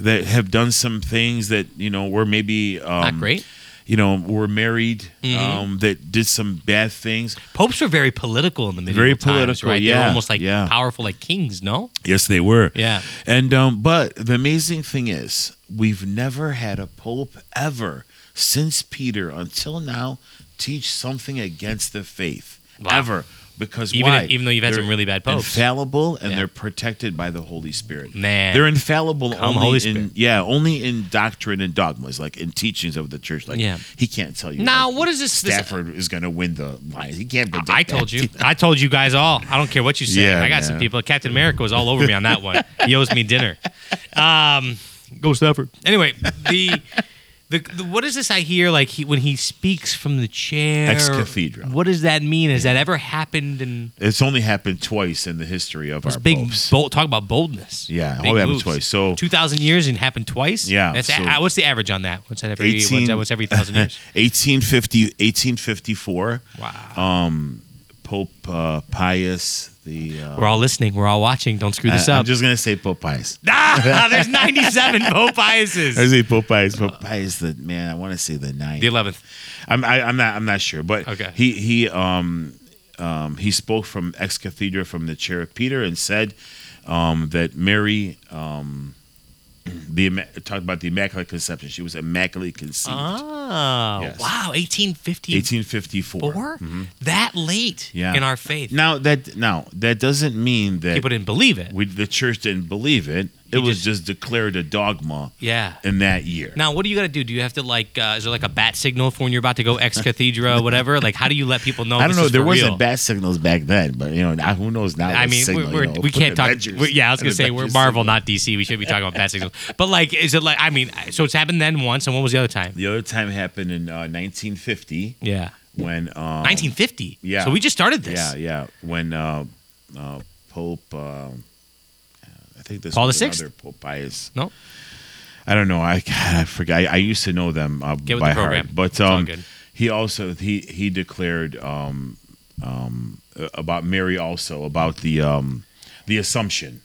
S3: that have done some things that, you know, were maybe. Um,
S2: Not great. Mm-hmm.
S3: You know, were married, um, that did some bad things.
S2: it. Popes were very political in the medieval
S3: Very
S2: times,
S3: political,
S2: right? They were
S3: yeah,
S2: almost like
S3: yeah.
S2: powerful like kings, no?
S3: Yes, they were.
S2: Yeah.
S3: And um, but the amazing thing is, we've never had a pope ever since Peter until now teach something against the faith
S2: Wow.
S3: ever. Because
S2: Even
S3: why?
S2: if- even though you've had
S3: They're
S2: some really bad popes.
S3: infallible and
S2: Yeah.
S3: they're protected by the Holy Spirit.
S2: Man.
S3: they're infallible
S2: Come,
S3: only
S2: Holy
S3: in
S2: Spirit.
S3: yeah, only in doctrine and dogmas, like in teachings of the church. Like
S2: Yeah.
S3: he can't tell you.
S2: Now,
S3: like,
S2: what is this- this-
S3: Stafford is going to win the line. He can't. predict
S2: I
S3: that.
S2: told you. I told you guys all. I don't care what you say.
S3: Yeah,
S2: I got some
S3: man.
S2: people. Captain America was all over me on that one. He owes me dinner. Um, Go Stafford. Anyway, the, the the what is this I hear like he, when he speaks from the chair?
S3: Ex cathedra.
S2: What does that mean? Has that ever happened? And
S3: It's only happened twice in the history of our
S2: big
S3: popes.
S2: bold talk about boldness.
S3: Yeah,
S2: Big
S3: only happened
S2: moves.
S3: twice. So-
S2: two thousand years and happened twice.
S3: Yeah,
S2: That's
S3: so-
S2: a- uh, what's the average on that? What's that every? what's,
S3: 18
S2: that, what's every thousand years?
S3: 1850, 1854,
S2: Wow.
S3: Um, Pope uh, Pius the. Uh,
S2: We're all listening. We're all watching. Don't screw this
S3: I, am
S2: up.
S3: just gonna say Pope Pius.
S2: ah, there's 97 Pope Piuses.
S3: I say Pope Pius. Pope Uh, Pius the man. I want to say the ninth.
S2: The 11th.
S3: I'm I, I'm not I'm not sure, but
S2: Okay.
S3: he he um um he spoke from ex cathedra from the chair of Peter and said um that Mary um the imma- talked about the immaculate conception. She was immaculately conceived.
S2: Oh,
S3: Yes.
S2: wow. 1854.
S3: 1854.
S2: That late
S3: mm-hmm. Yeah.
S2: in our faith.
S3: Now that now that doesn't mean that
S2: People didn't believe it.
S3: we, the church didn't believe it. It
S2: You
S3: was
S2: just-
S3: just declared a dogma
S2: yeah.
S3: in that year.
S2: Now, what do you got to do? Do you have to, like, uh, is there like a bat signal for when you're about to go ex cathedra, whatever? Like, how do you let people know?
S3: I don't
S2: this
S3: know.
S2: is
S3: There
S2: for
S3: wasn't
S2: real?
S3: bat signals back then, but you know, now, who knows now?
S2: I
S3: what
S2: mean,
S3: signal,
S2: we're,
S3: you
S2: we're,
S3: know,
S2: we
S3: put
S2: can't
S3: an
S2: talk.
S3: Avengers-
S2: we- yeah, I was
S3: an
S2: gonna say we're
S3: Avengers
S2: Marvel,
S3: signal.
S2: not DC. We should be talking about bat signals. But like, is it like? I mean, so it's happened then once, and when was the other time?
S3: The other time happened in uh, 1950
S2: Yeah,
S3: when um,
S2: 1950.
S3: yeah.
S2: So we just started this.
S3: Yeah, yeah. When uh, uh, Pope, um, I think this
S2: Paul
S3: was
S2: the Sixth?
S3: another Pope Pius.
S2: No.
S3: I don't know. I God, I forgot. I, I used to know them uh,
S2: Get with
S3: by
S2: the program.
S3: heart, but
S2: It's all
S3: um,
S2: good.
S3: he also he he declared um, um, uh, about Mary also about the um, the assumption.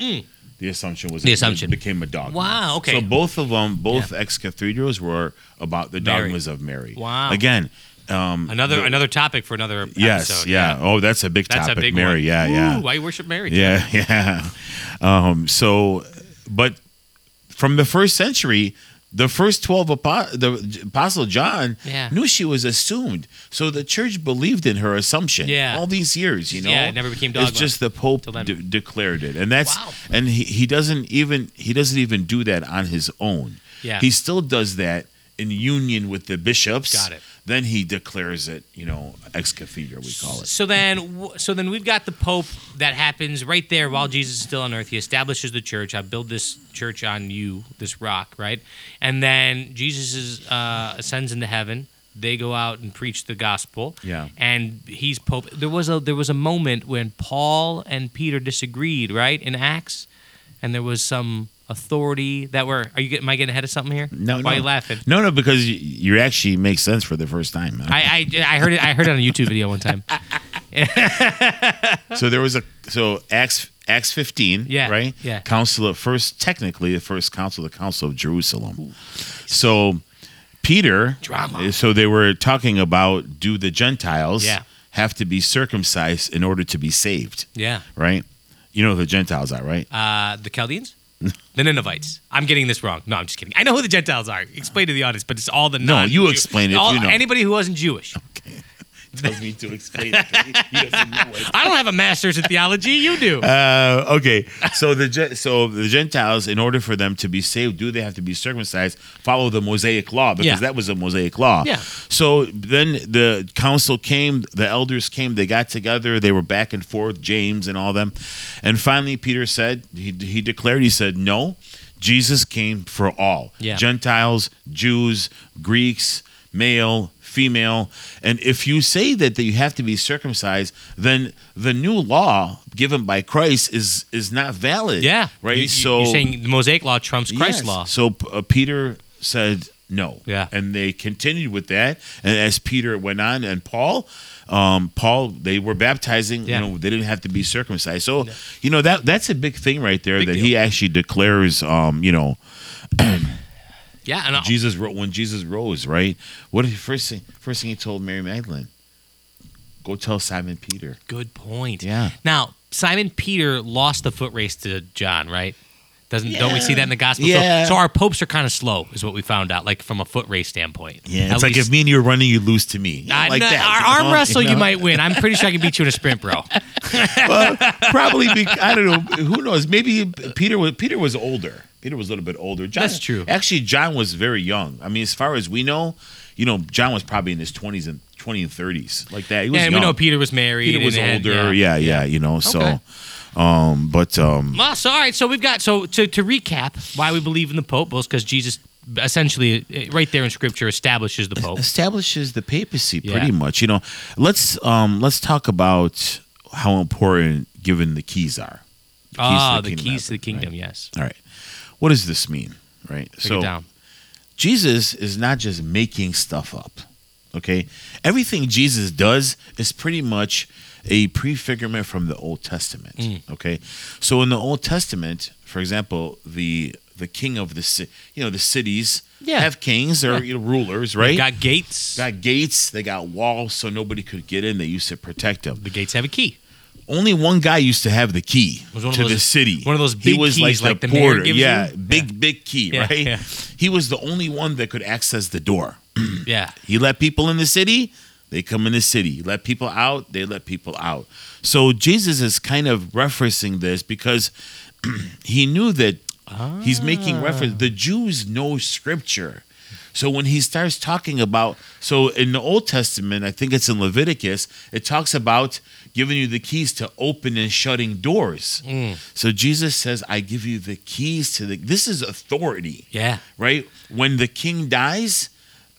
S3: The assumption was
S2: Mm. The Assumption.
S3: became a dogma.
S2: Wow, okay.
S3: So both of them, both ex cathedrals were about the
S2: Mary.
S3: dogmas of Mary.
S2: Wow.
S3: Again, um,
S2: Another
S3: the-
S2: another topic for another
S3: Yes,
S2: episode.
S3: yeah. Oh, that's a big
S2: That's
S3: topic.
S2: a big
S3: Mary.
S2: one.
S3: Yeah, yeah.
S2: Ooh, I worship Mary.
S3: Yeah, yeah. Um, so, but from the first century, the first 12 apo- the apostle John
S2: Yeah.
S3: knew she was assumed. So the church believed in her assumption
S2: Yeah.
S3: all these years, you know.
S2: Yeah, it never became
S3: It's
S2: dogma
S3: just the pope
S2: till then.
S3: de- declared it. And that's
S2: Wow.
S3: and he, he doesn't even he doesn't even do that on his own.
S2: Yeah.
S3: He still does that in union with the bishops.
S2: Got it.
S3: Then he declares it, you know, ex cathedra we call it.
S2: So then, w- so then we've got the Pope that happens right there while Jesus is still on earth. He establishes the church. I build this church on you, this rock, right? And then Jesus is, uh, ascends into heaven. They go out and preach the gospel.
S3: Yeah.
S2: And he's Pope. There was a there was a moment when Paul and Peter disagreed, right, in Acts, and there was some authority that were. Are you getting? Am I getting ahead of something here?
S3: No,
S2: Why
S3: no.
S2: are you laughing?
S3: No, no, because y- you actually make sense for the first time.
S2: I, I I heard it. I heard it on a YouTube video one time.
S3: so there was a so Acts Acts fifteen,
S2: Yeah,
S3: right?
S2: yeah.
S3: Council of first, technically the first council, the Council of Jerusalem. So Peter, eh,
S2: Drama.
S3: So they were talking about do the Gentiles
S2: Yeah.
S3: have to be circumcised in order to be saved,
S2: Yeah.
S3: right? You know who the Gentiles are, right?
S2: Uh, the Chaldeans? the Ninevites. I'm getting this wrong. No, I'm just kidding. I know who the Gentiles are. Explain to the audience, but it's all the
S3: No,
S2: non-
S3: you explain it,
S2: All,
S3: you know.
S2: Anybody who wasn't Jewish.
S3: Tells me to explain. It, he doesn't know it.
S2: I don't have a master's in theology. You do.
S3: Uh, okay, so the Gen- so the Gentiles, in order for them to be saved, do they have to be circumcised? Follow the Mosaic law because
S2: Yeah.
S3: that was a Mosaic law.
S2: Yeah.
S3: So then the council came, the elders came, they got together, they were back and forth, James and all them, and finally Peter said he he declared he said no, Jesus came for all,
S2: Yeah.
S3: Gentiles, Jews, Greeks, male. Female, and if you say that, that you have to be circumcised, then the new law given by Christ is is not valid.
S2: yeah.
S3: right.
S2: You, you-
S3: so
S2: you're saying the Mosaic law trumps Christ's
S3: Yes.
S2: law.
S3: So uh, Peter said no.
S2: Yeah.
S3: And they continued with that. And as Peter went on and Paul, um, Paul, they were baptizing.
S2: Yeah.
S3: You know, they didn't have to be circumcised. So, you know, that that's a big thing right there
S2: Big
S3: that
S2: deal.
S3: he actually declares, um, you know,
S2: Yeah. And uh, I'll-
S3: Jesus ro- when Jesus rose, right? What did he first thing first thing he told Mary Magdalene? Go tell Simon Peter.
S2: good point.
S3: Yeah.
S2: Now, Simon Peter lost the foot race to John, right? Doesn't don't we see that in the gospel? So-
S3: Yeah.
S2: So, our popes are kind of slow, is what we found out, like from a foot race standpoint.
S3: Yeah, it's
S2: At
S3: like
S2: least-
S3: if me and you are running, you lose to me.
S2: I-
S3: like
S2: no,
S3: that.
S2: Our arm
S3: know?
S2: wrestle, you
S3: know?
S2: might win. I'm pretty sure I can beat you in a sprint, bro.
S3: well, probably be, I don't know. Who knows? Maybe Peter was Peter was older. Peter was a little bit older. John,
S2: That's true.
S3: Actually, John was very young. I mean, as far as we know, you know, John was probably in his twenties and twenty and thirties, like that. He was
S2: Yeah, and we
S3: young.
S2: know Peter was married.
S3: Peter was
S2: and-
S3: older.
S2: yeah.
S3: yeah, yeah. You know, so.
S2: Okay.
S3: Um, but um,
S2: Well, so all right. So we've got so to, to recap why we believe in the Pope was because Jesus essentially eh, right there in Scripture establishes the Pope.
S3: establishes the papacy
S2: Yeah.
S3: pretty much. You know, let's um, let's talk about how important given the keys are. The keys to
S2: Ah, the
S3: kingdom
S2: keys to
S3: of
S2: the
S3: heaven, right?
S2: kingdom. Yes.
S3: All right. What does this mean? Right.
S2: Break it down.
S3: Jesus is not just making stuff up. Okay? Everything Jesus does is pretty much a prefigurement from the Old Testament.
S2: Mm.
S3: Okay? So in the Old Testament, for example, the the king of the ci- you know, the cities
S2: Yeah.
S3: have kings or you know, rulers, right?
S2: We've got gates.
S3: got gates, they got walls so nobody could get in. They used to protect them.
S2: the gates have a key.
S3: Only one guy used to have the key
S2: Was one of
S3: to
S2: those-
S3: the city.
S2: one of those big
S3: he was
S2: keys, like
S3: like the,
S2: the mayor
S3: porter.
S2: gives
S3: yeah,
S2: you?
S3: big big key,
S2: Yeah,
S3: right?
S2: yeah.
S3: He was the only one that could access the door.
S2: Yeah.
S3: He let people in the city, they come in the city. He let people out, they let people out. So Jesus is kind of referencing this because he knew that he's making reference. The Jews know scripture. So when he starts talking about, so in the Old Testament, I think it's in Leviticus, it talks about giving you the keys to open and shutting doors.
S2: Mm.
S3: So Jesus says, I give you the keys to the, this is authority
S2: Yeah.
S3: right? When the king dies,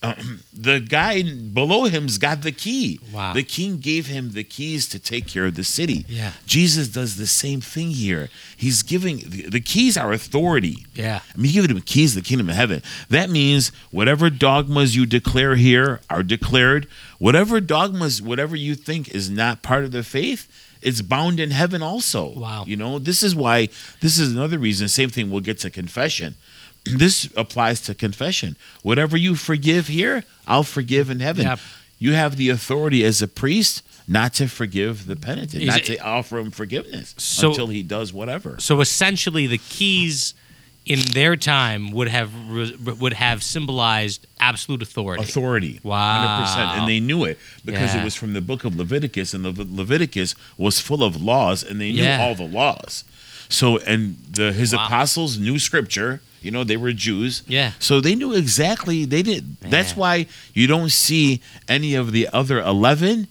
S3: um, the guy below him's got the key.
S2: Wow.
S3: The king gave him the keys to take care of the city.
S2: Yeah.
S3: Jesus does the same thing here. He's giving the, the keys are authority.
S2: Yeah.
S3: I mean, he gave them keys to the kingdom of heaven. That means whatever dogmas you declare here are declared. Whatever dogmas, whatever you think is not part of the faith, it's bound in heaven also.
S2: Wow.
S3: You know, this is why, this is another reason, same thing, we'll get to confession. This applies to confession. Whatever you forgive here, I'll forgive in heaven.
S2: Yep.
S3: You have the authority as a priest not to forgive the penitent,
S2: Is
S3: not
S2: it-
S3: to offer him forgiveness
S2: So-
S3: until he does whatever.
S2: So essentially, the keys in their time would have re- would have symbolized absolute authority.
S3: authority.
S2: Wow.
S3: 100%. And they knew it because
S2: Yeah.
S3: it was from the book of Leviticus, and the Le- Leviticus was full of laws, and they knew
S2: Yeah.
S3: all the laws. So, and the his
S2: Wow.
S3: apostles knew scripture. You know, they were Jews.
S2: Yeah.
S3: So they knew exactly. They did. That's
S2: Man.
S3: why you don't see any of the other 11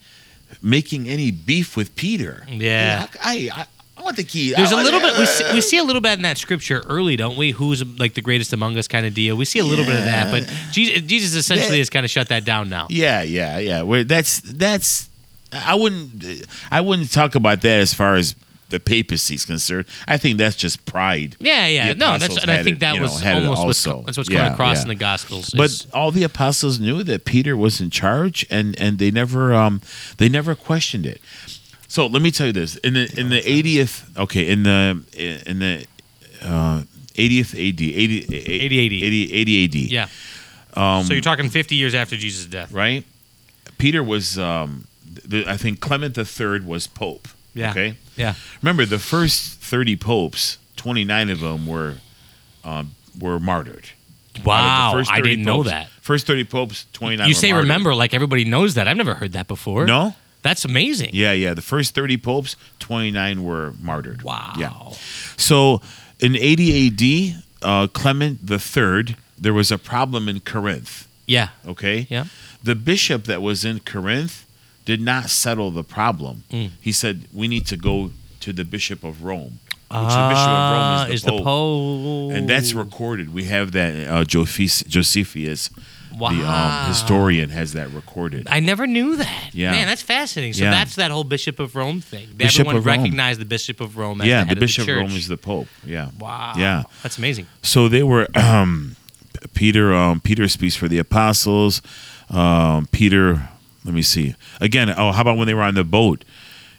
S3: making any beef with Peter.
S2: Yeah.
S3: Hey, I, I, I want the key.
S2: There's
S3: I
S2: a
S3: want
S2: little
S3: it.
S2: bit we see, we see a little bit in that scripture early, don't we? Who's like the greatest among us kind of deal. We see a little bit of that, but Jesus, Jesus essentially
S3: Yeah.
S2: has kind of shut that down now.
S3: Yeah, yeah, yeah. Where that's that's I wouldn't I wouldn't talk about that as far as the papacy is concerned. I think that's just pride.
S2: Yeah, yeah.
S3: The
S2: No,
S3: apostles
S2: that's and I
S3: had
S2: think
S3: it,
S2: that
S3: you know,
S2: was
S3: had it
S2: almost what's,
S3: also.
S2: that's what's coming
S3: Yeah,
S2: across
S3: yeah.
S2: in the Gospels. is-
S3: But all the apostles knew that Peter was in charge, and and they never um they never questioned it. So let me tell you this: in the in the 80th, okay, in the in the uh, 80th AD, 80, 80,
S2: 80.
S3: 80, 80 AD,
S2: yeah.
S3: um,
S2: so you're talking 50 years after Jesus' death.
S3: right? Peter was, um, the, I think Clement III was pope.
S2: Yeah.
S3: Okay.
S2: Yeah.
S3: Remember, the first 30 popes, 29 of them were um, were martyred. Out of
S2: Wow,
S3: the first
S2: I
S3: 30
S2: didn't know
S3: popes-
S2: that.
S3: First 30 popes, 29
S2: You
S3: were
S2: say
S3: martyred.
S2: remember like everybody knows that. I've never heard that before.
S3: No?
S2: That's amazing.
S3: Yeah, yeah. The first 30 popes, 29 were martyred.
S2: Wow.
S3: Yeah. So in 80 AD, uh, Clement III, there was a problem in Corinth.
S2: Yeah.
S3: Okay.
S2: Yeah.
S3: The bishop that was in Corinth did not settle the problem.
S2: Mm.
S3: He said, "We need to go to the bishop of Rome." Which the bishop of Rome
S2: Ah,
S3: is the, pope.
S2: Pope.
S3: and that's recorded. We have that. Uh, Jophis- Josephus, the
S2: Wow.
S3: um, historian, has that recorded.
S2: I never knew that.
S3: Yeah.
S2: Man, that's fascinating. So
S3: Yeah.
S2: that's that whole Bishop of Rome thing.
S3: Bishop
S2: Everyone
S3: of Rome.
S2: recognized the Bishop of Rome as
S3: yeah,
S2: the head
S3: the bishop
S2: of
S3: of,
S2: the church.
S3: Rome is the pope. Yeah.
S2: wow.
S3: Yeah.
S2: That's amazing.
S3: So they were um, P- Peter. Um, Peter speaks for the apostles. Um, Peter, let me see again. Oh, how about when they were on the boat?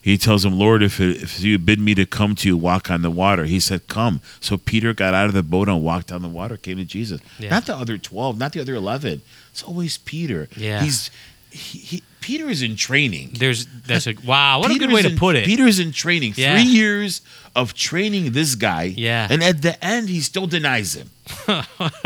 S3: He tells them, "Lord, if if you bid me to come to you, walk on the water." He said, "Come." So Peter got out of the boat and walked on the water, came to Jesus.
S2: Yeah.
S3: Not the other twelve, not the other eleven. It's always Peter.
S2: Yeah.
S3: he's he, he, Peter is in training.
S2: There's that's a wow, what a good
S3: Peter's
S2: way to
S3: in-
S2: put it.
S3: Peter's in training.
S2: Yeah.
S3: Three years of training this guy.
S2: Yeah.
S3: And at the end, he still denies him.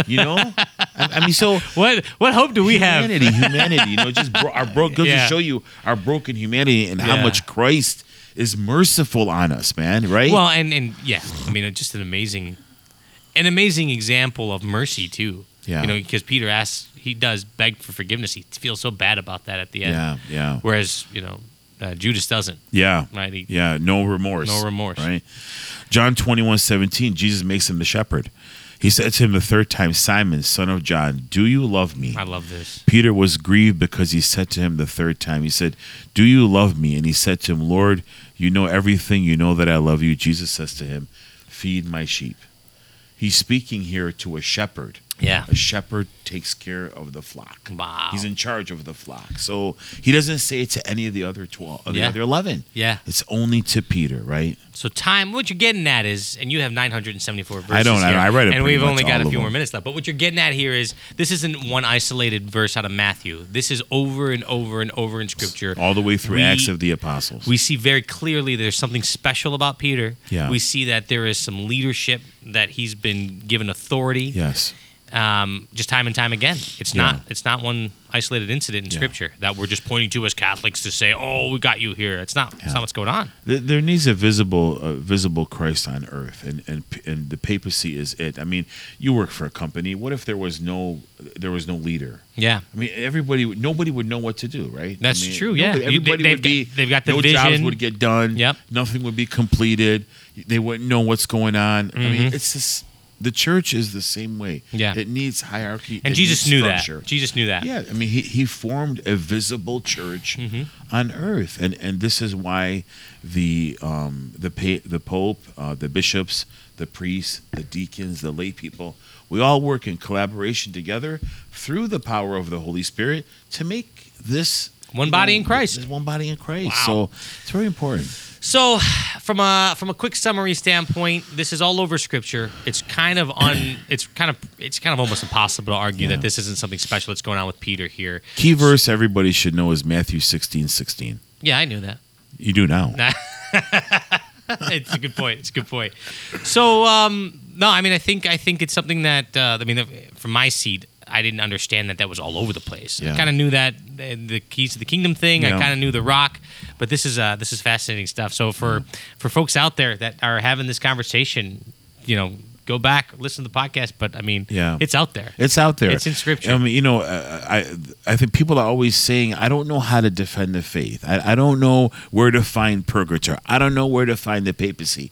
S3: you know? I, I mean, so
S2: what what hope do we have?
S3: humanity, humanity, you know, just bro- our bro- goes
S2: Yeah.
S3: to show you our broken humanity and how
S2: Yeah.
S3: much Christ is merciful on us, man, right?
S2: Well, and and yeah, I mean, it's just an amazing, an amazing example of mercy too.
S3: Yeah.
S2: you know, because Peter asks, he does beg for forgiveness. He feels so bad about that at the end.
S3: yeah, yeah,
S2: Whereas you know, uh, Judas doesn't.
S3: yeah.
S2: Right. He,
S3: Yeah, no remorse.
S2: No remorse.
S3: Right. John 21, 17, Jesus makes him the shepherd. He said to him the third time, Simon, son of John, do you love me?
S2: I love this.
S3: Peter was grieved because he said to him the third time, He said, Do you love me? And he said to him, Lord, you know everything. You know that I love you. Jesus says to him, Feed my sheep. He's speaking here to a shepherd.
S2: Yeah.
S3: A shepherd takes care of the flock.
S2: Wow.
S3: He's in charge of the flock. So he doesn't say it to any of the other 12, of the
S2: Yeah.
S3: other 11.
S2: Yeah.
S3: It's only to Peter, right?
S2: So time, what you're getting at is, and you have 974 verses.
S3: I don't, I-
S2: Here,
S3: I read it
S2: And
S3: pretty
S2: we've
S3: much
S2: only got
S3: all
S2: a
S3: of
S2: few more
S3: them.
S2: minutes left. But what you're getting at here is, this isn't one isolated verse out of Matthew. This is over and over and over in Scripture.
S3: All the way through
S2: We-
S3: Acts of the Apostles.
S2: we see very clearly there's something special about Peter.
S3: Yeah.
S2: We see that there is some leadership that he's been given authority.
S3: yes.
S2: Um, just time and time again. It's
S3: Yeah.
S2: not it's not one isolated incident in
S3: Yeah.
S2: scripture that we're just pointing to as Catholics to say, "Oh, we got you here." It's not it's not what's going on.
S3: Th- There needs a visible, uh, visible Christ on earth, and, and p- and the papacy is it. I mean, you work for a company. What if there was no, there was no leader?
S2: Yeah.
S3: I mean, everybody, would- nobody would know what to do, right?
S2: That's
S3: I mean,
S2: true, yeah.
S3: nobody-
S2: You-
S3: everybody
S2: they-
S3: would be.
S2: they've- they've got the
S3: no jobs
S2: vision.
S3: would get done.
S2: Yep.
S3: Nothing would be completed. They wouldn't know what's going on. I mean, it's just the church is the same way.
S2: Mm-hmm. Yeah.
S3: It needs hierarchy.
S2: And
S3: it
S2: Jesus
S3: needs
S2: knew
S3: structure.
S2: that. Jesus knew that.
S3: Yeah, I mean, he, he formed a visible church
S2: Mm-hmm.
S3: on earth, and and this is why the um, the pa- the pope, uh, the bishops, the priests, the deacons, the lay people, we all work in collaboration together through the power of the Holy Spirit to make this
S2: One body in Christ.
S3: this one body in Christ.
S2: Wow.
S3: So it's very important.
S2: So, from a from a quick summary standpoint, this is all over Scripture. It's kind of un, it's kind of it's kind of almost impossible to argue that this isn't something special that's going on with Peter here.
S3: Key verse everybody should know is Matthew sixteen sixteen.
S2: Yeah, I knew that.
S3: You do now.
S2: it's a good point. It's a good point. So, um, no, I mean, I think I think it's something that uh, I mean, from my seat, I didn't understand that that was all over the place. I
S3: Yeah.
S2: kind of knew that uh, the keys to the kingdom thing. I
S3: Yeah.
S2: kind of knew the rock, but this is uh, this is fascinating stuff. So for for folks out there that are having this conversation, you know, go back listen to the podcast. But I mean,
S3: Yeah.
S2: it's out there.
S3: It's out there.
S2: It's in scripture.
S3: I mean, you know, uh, I I think people are always saying, "I don't know how to defend the faith. I, I don't know where to find purgatory. I don't know where to find the papacy."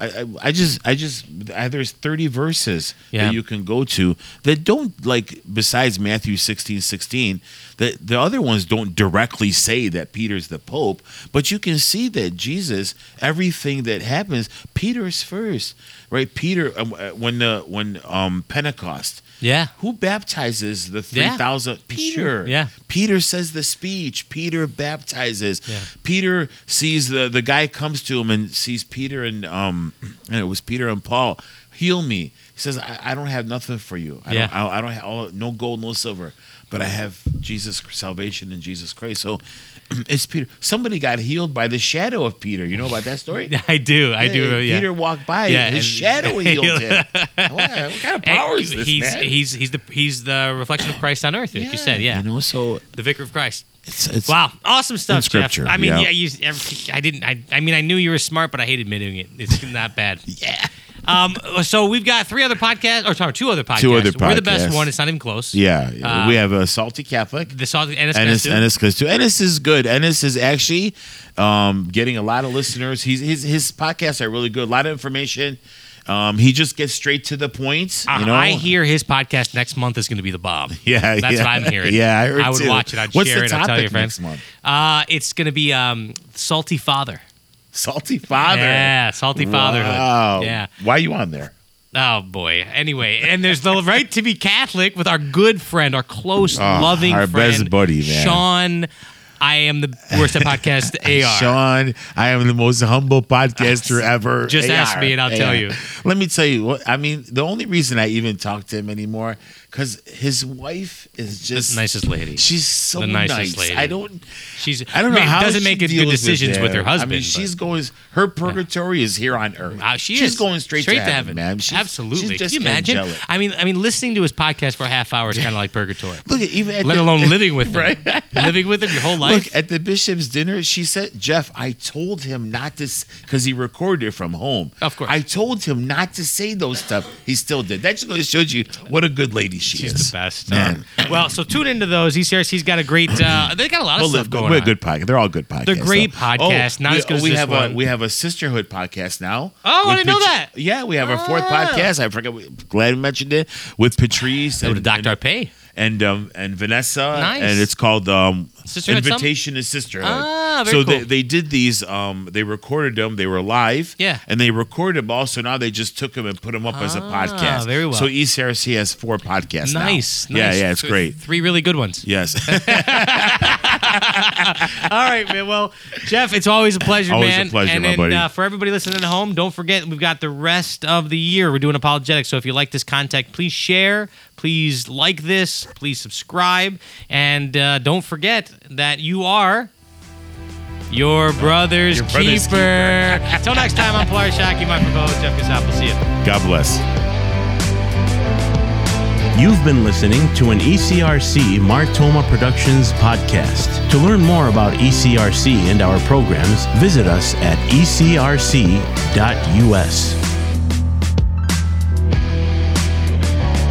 S3: I, I, I just I just I, there's 30 verses
S2: Yeah.
S3: that you can go to that don't like besides Matthew 16 16 that the other ones don't directly say that Peter's the pope but you can see that Jesus everything that happens Peter's first right Peter um, uh, when the when um Pentecost
S2: yeah.
S3: who baptizes the
S2: Yeah.
S3: 3,000? Peter.
S2: Yeah.
S3: Peter says the speech. Peter baptizes.
S2: Yeah.
S3: Peter sees the, the guy comes to him and sees Peter and, um, and it was Peter and Paul, heal me. He says, I, I don't have nothing for you. I
S2: Yeah.
S3: don't, I, I don't have all, no gold, no silver, but I have Jesus salvation in Jesus Christ. So it's Peter. Somebody got healed by the shadow of Peter. You know about that story?
S2: I do. I do.
S3: Hey,
S2: Yeah.
S3: Peter walked by.
S2: Yeah, and-
S3: his shadow healed him. what, what kind of
S2: And
S3: power is this
S2: he's
S3: man?
S2: he's he's the he's the reflection of Christ on earth, like you said, yeah,
S3: You know, so
S2: the vicar of Christ.
S3: it's, it's
S2: Wow, awesome stuff, Jeff.
S3: scripture,
S2: I mean,
S3: yeah.
S2: yeah, you, every- I didn't. I, I mean, I knew you were smart, but I hate admitting it. It's not bad. yeah. Um. So we've got three other podcasts, or sorry, two other podcasts.
S3: Two other
S2: We're the best
S3: podcasts.
S2: one. It's not even close.
S3: Yeah, yeah.
S2: Uh,
S3: we have a salty Catholic.
S2: The song Ennis, Ennis,
S3: Ennis, Ennis goes to Ennis is good. Ennis is actually um, getting a lot of listeners. He's his his podcasts are really good. A lot of information. Um, he just gets straight to the point.
S2: Uh,
S3: you know,
S2: I hear his podcast next month is going to be the bomb.
S3: Yeah,
S2: that's
S3: yeah.
S2: what I'm hearing.
S3: Yeah, I heard
S2: would
S3: too.
S2: watch it. I'd
S3: What's
S2: share
S3: the
S2: it. I'll tell
S3: topic
S2: your friends.
S3: next month?
S2: Uh, it's going to be um, salty father.
S3: salty father.
S2: Yeah, salty fatherhood.
S3: Wow.
S2: Yeah.
S3: Why you on there?
S2: Oh boy. Anyway, and there's the right to be Catholic with our good friend, our close, loving
S3: Ah, our
S2: friend,
S3: best buddy, man.
S2: Sean. I am the worst at podcast. Ar.
S3: Sean, I am the most humble podcaster ever.
S2: Just ask me and I'll tell you.
S3: Let me tell you what I mean. The only reason I even talk to him anymore because his wife is just
S2: nicest lady.
S3: She's so
S2: The
S3: nice.
S2: nicest lady.
S3: I don't.
S2: She's.
S3: I don't know
S2: mean,
S3: how
S2: doesn't
S3: she
S2: make good
S3: deals
S2: decisions with,
S3: that.
S2: her husband.
S3: I mean, she's going. Her purgatory is here on earth.
S2: but, uh, she
S3: she's
S2: is
S3: going straight, to, heaven, man. She's,
S2: Absolutely.
S3: She's just
S2: Can you imagine?
S3: angelic.
S2: I mean, I mean, listening to his podcast for a half hour is kind of like purgatory.
S3: Look at even at
S2: Let
S3: the-
S2: alone living with him.
S3: Right.
S2: Living with him your whole life.
S3: Look at the bishop's dinner. She said, "Jeff, I told him not to, because he recorded it from home.
S2: Of course.
S3: I told him not to say those stuff. He still did. That just goes to show you what a good lady she
S2: She's
S3: is.
S2: the best.
S3: Man.
S2: Uh, well, so tune into those. He's here. He's got a great. Uh, they got a lot of
S3: Well,
S2: stuff
S3: look,
S2: going
S3: we're a
S2: on.
S3: good podcast. They're all good podcasts.
S2: great
S3: though. Oh,
S2: podcasts, not
S3: we,
S2: as good as
S3: we
S2: this
S3: have
S2: one.
S3: A, we have a sisterhood podcast now.
S2: Oh, I
S3: with
S2: didn't know
S3: Patri-
S2: that. Ah.
S3: Yeah, we have our fourth podcast. I forgot. we- Glad we mentioned it with Patrice
S2: Go to
S3: and
S2: Dr.
S3: and,
S2: Pay.
S3: and um and Vanessa.
S2: Nice.
S3: And it's called um
S2: Sisterhood something?
S3: Invitation to Sisterhood.
S2: Ah, very
S3: so they,
S2: cool.
S3: they did these. Um, they recorded them. They were live.
S2: Yeah.
S3: And they recorded them all. So now they just took them and put them up as a
S2: Ah,
S3: podcast.
S2: very well.
S3: So ECRC has four podcasts. now.
S2: Nice, nice.
S3: Yeah, yeah, it's
S2: Th-
S3: great.
S2: Three really good ones.
S3: Yes.
S2: All right, man. Well, Jeff, it's always a pleasure,
S3: Always a
S2: man.
S3: pleasure,
S2: and
S3: my
S2: then,
S3: buddy.
S2: Uh, for everybody listening at home, don't forget we've got the rest of the year. We're doing apologetics, so if you like this contact, please share, please like this, please subscribe, and uh, don't forget that you are your brother's,
S3: Your brother's
S2: keeper. Until next time, I'm Polaris Shockey, my provost, Jeff Casap. We'll see you.
S3: God bless.
S1: You've been listening to an E ECRC Martoma Productions podcast. To learn more about E ECRC and our programs, visit us at ecrc.us.